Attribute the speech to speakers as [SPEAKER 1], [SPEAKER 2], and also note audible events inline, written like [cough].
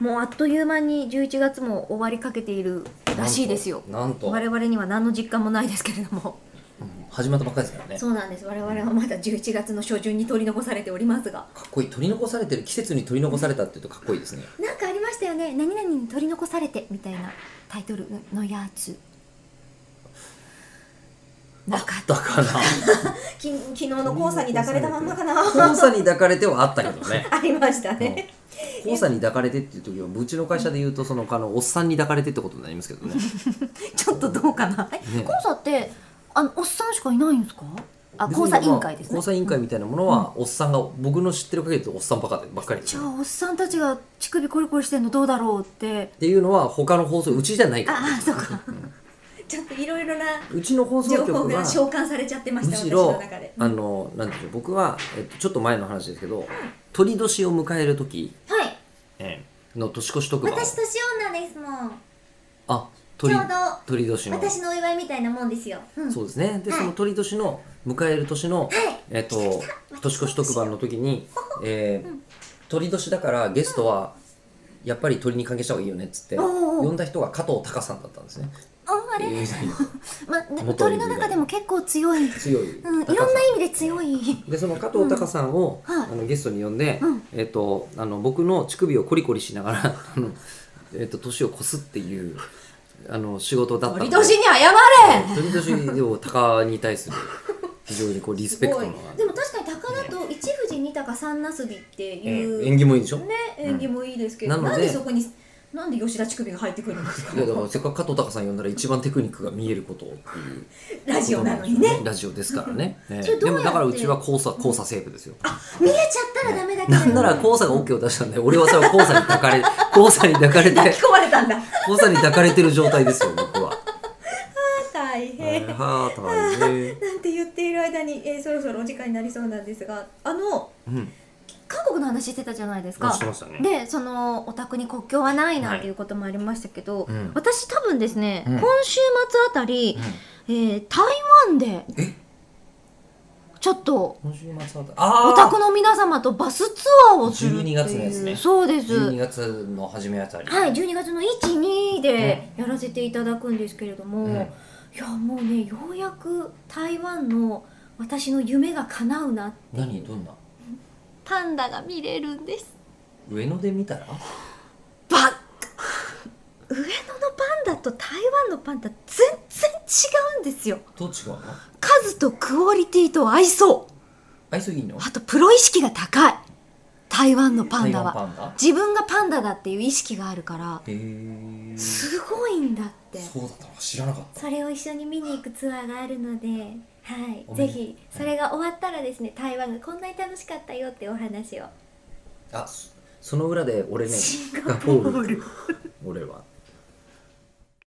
[SPEAKER 1] もうあっという間に11月も終わりかけているらしいですよ
[SPEAKER 2] なんとなん
[SPEAKER 1] 我
[SPEAKER 2] と
[SPEAKER 1] 々には何の実感もないですけれども
[SPEAKER 2] うん始まったばっかりですからね
[SPEAKER 1] そうなんです我々はまだ11月の初旬に取り残されておりますが
[SPEAKER 2] かっこいい取り残されてる季節に取り残されたっていうとかっこいいですね
[SPEAKER 1] なんかありましたよね何々に取り残されてみたいなタイトルのやつなかった
[SPEAKER 2] だから
[SPEAKER 1] き昨日の黄砂に抱かれたまんまかな
[SPEAKER 2] 黄砂に抱かれてはあったけどね
[SPEAKER 1] [laughs] ありましたね
[SPEAKER 2] 黄砂に抱かれてっていう時はうちの会社で言うとそのあのおっさんに抱かれてってことになりますけどね
[SPEAKER 1] ちょっとどうかなえ
[SPEAKER 2] ね
[SPEAKER 1] 黄砂ってあのおっさんしかいないんですかあ
[SPEAKER 2] 別に
[SPEAKER 1] 黄砂委員会ですね
[SPEAKER 2] まあ交差委員会みたいなものは、おっさんが僕の知ってる限りだとおっさんばっかでばっかりです
[SPEAKER 1] じゃ
[SPEAKER 2] ね
[SPEAKER 1] あおっさんたちが乳首コリコリしてんのどうだろうって
[SPEAKER 2] っていうのは他の放送うちじゃないから、
[SPEAKER 1] ああそうかちょっといろいろな
[SPEAKER 2] うちの放送
[SPEAKER 1] 情
[SPEAKER 2] 局
[SPEAKER 1] 報が
[SPEAKER 2] は
[SPEAKER 1] 召喚されちゃってまし
[SPEAKER 2] む
[SPEAKER 1] た私
[SPEAKER 2] し
[SPEAKER 1] の
[SPEAKER 2] ろ
[SPEAKER 1] 中で、
[SPEAKER 2] あのなんていうの僕は、えっと、ちょっと前の話ですけど鳥年を迎える時
[SPEAKER 1] はい
[SPEAKER 2] ええの年越し特番を
[SPEAKER 3] 私年女ですもん
[SPEAKER 2] あ
[SPEAKER 3] ち
[SPEAKER 2] 鳥
[SPEAKER 3] ょうど
[SPEAKER 2] 鳥年の
[SPEAKER 3] 私のお祝いみたいなもんですよ、うん、
[SPEAKER 2] そうですねで、
[SPEAKER 3] はい
[SPEAKER 2] その鳥年の迎える年の、えっと年越し特番の時に、えー鳥年だからゲストはやっぱり鳥に関係した方がいいよねっつって
[SPEAKER 1] おー
[SPEAKER 2] 呼んだ人が加藤隆さんだったんですね
[SPEAKER 3] ああれ
[SPEAKER 2] えー
[SPEAKER 1] まあ、ね
[SPEAKER 2] 元
[SPEAKER 1] 鳥の中でも結構強い、
[SPEAKER 2] 強い、
[SPEAKER 1] うん、いろんな意味で強い
[SPEAKER 2] でその加藤隆さんを、
[SPEAKER 1] うんはい
[SPEAKER 2] あのゲストに呼んで、
[SPEAKER 1] うん
[SPEAKER 2] えっとあの僕の乳首をコリコリしながら [laughs] あのえっと年を越すっていうあの仕事だったの
[SPEAKER 1] 鳥
[SPEAKER 2] で
[SPEAKER 1] 年に謝れ
[SPEAKER 2] 鳥年を隆に対する非常にこうリスペクトのあ
[SPEAKER 3] で
[SPEAKER 2] る
[SPEAKER 3] も確かに高田と一富士二鷹三なすびって
[SPEAKER 2] え
[SPEAKER 3] いう、
[SPEAKER 2] ー縁起もいいでしょ、
[SPEAKER 3] ね演技もいいですけど、
[SPEAKER 2] うんな
[SPEAKER 3] な
[SPEAKER 2] の
[SPEAKER 3] ん
[SPEAKER 2] で
[SPEAKER 3] でそこになんで吉田乳首が入ってくるんですか
[SPEAKER 2] いやだからせっかく加藤隆さん呼んだら一番テクニックが見えることっていう
[SPEAKER 3] ラジオなのにね
[SPEAKER 2] ラジオですからね、ええ
[SPEAKER 3] それど
[SPEAKER 2] で
[SPEAKER 3] うやって
[SPEAKER 2] もだからうちは交差交差セーブですよ
[SPEAKER 3] 見えちゃったらダメだけど
[SPEAKER 2] なんなら交差が OK を出したんで俺はさ交差に抱かれ交差に
[SPEAKER 3] [laughs]
[SPEAKER 2] 抱かれて
[SPEAKER 3] 聞こまれたん
[SPEAKER 1] [laughs]
[SPEAKER 3] だ
[SPEAKER 2] 交差に抱かれてる状態ですよ僕は
[SPEAKER 3] 大変
[SPEAKER 2] はあ大変
[SPEAKER 3] なんて言っている間に、えー、そろそろお時間になりそうなんですがあの
[SPEAKER 2] うん
[SPEAKER 1] 韓国の話してたじゃないです
[SPEAKER 2] あ
[SPEAKER 1] か
[SPEAKER 2] してましたね
[SPEAKER 1] でそのお宅に国境はないなんていうこともありましたけど、
[SPEAKER 2] はいうん
[SPEAKER 1] 私多分ですね、
[SPEAKER 2] うん
[SPEAKER 1] 今週末あたり、えー台湾で
[SPEAKER 2] え
[SPEAKER 1] ちょっと
[SPEAKER 2] 今週末あた
[SPEAKER 1] お
[SPEAKER 2] あ
[SPEAKER 1] 宅の皆様とバスツアーをするっていう
[SPEAKER 2] 12月のやつね
[SPEAKER 1] そうです
[SPEAKER 2] ー12月の初めあたり
[SPEAKER 1] はい、12月の12でやらせていただくんですけれども、
[SPEAKER 2] うん
[SPEAKER 1] いやもうねようやく台湾の私の夢が叶うな
[SPEAKER 2] 何どんな
[SPEAKER 1] パンダが見れるんです
[SPEAKER 2] 上野で見たら
[SPEAKER 1] バッ上野のパンダと台湾のパンダ全然違うんですよ
[SPEAKER 2] どう違うの
[SPEAKER 1] 数とクオリティと愛想
[SPEAKER 2] 愛想いいの
[SPEAKER 1] あとプロ意識が高い台湾のパンダは
[SPEAKER 2] 台湾パンダ
[SPEAKER 1] 自分がパンダだっていう意識があるから
[SPEAKER 2] へえ
[SPEAKER 1] すごいんだって
[SPEAKER 2] そうだったのか知らなかった
[SPEAKER 3] それを一緒に見に行くツアーがあるのではい
[SPEAKER 2] お
[SPEAKER 3] ぜ
[SPEAKER 2] めで
[SPEAKER 3] ひそれが終わったらですね台湾がこんなに楽しかったよっていうお話を
[SPEAKER 2] あそその裏で俺ねシンガポール俺は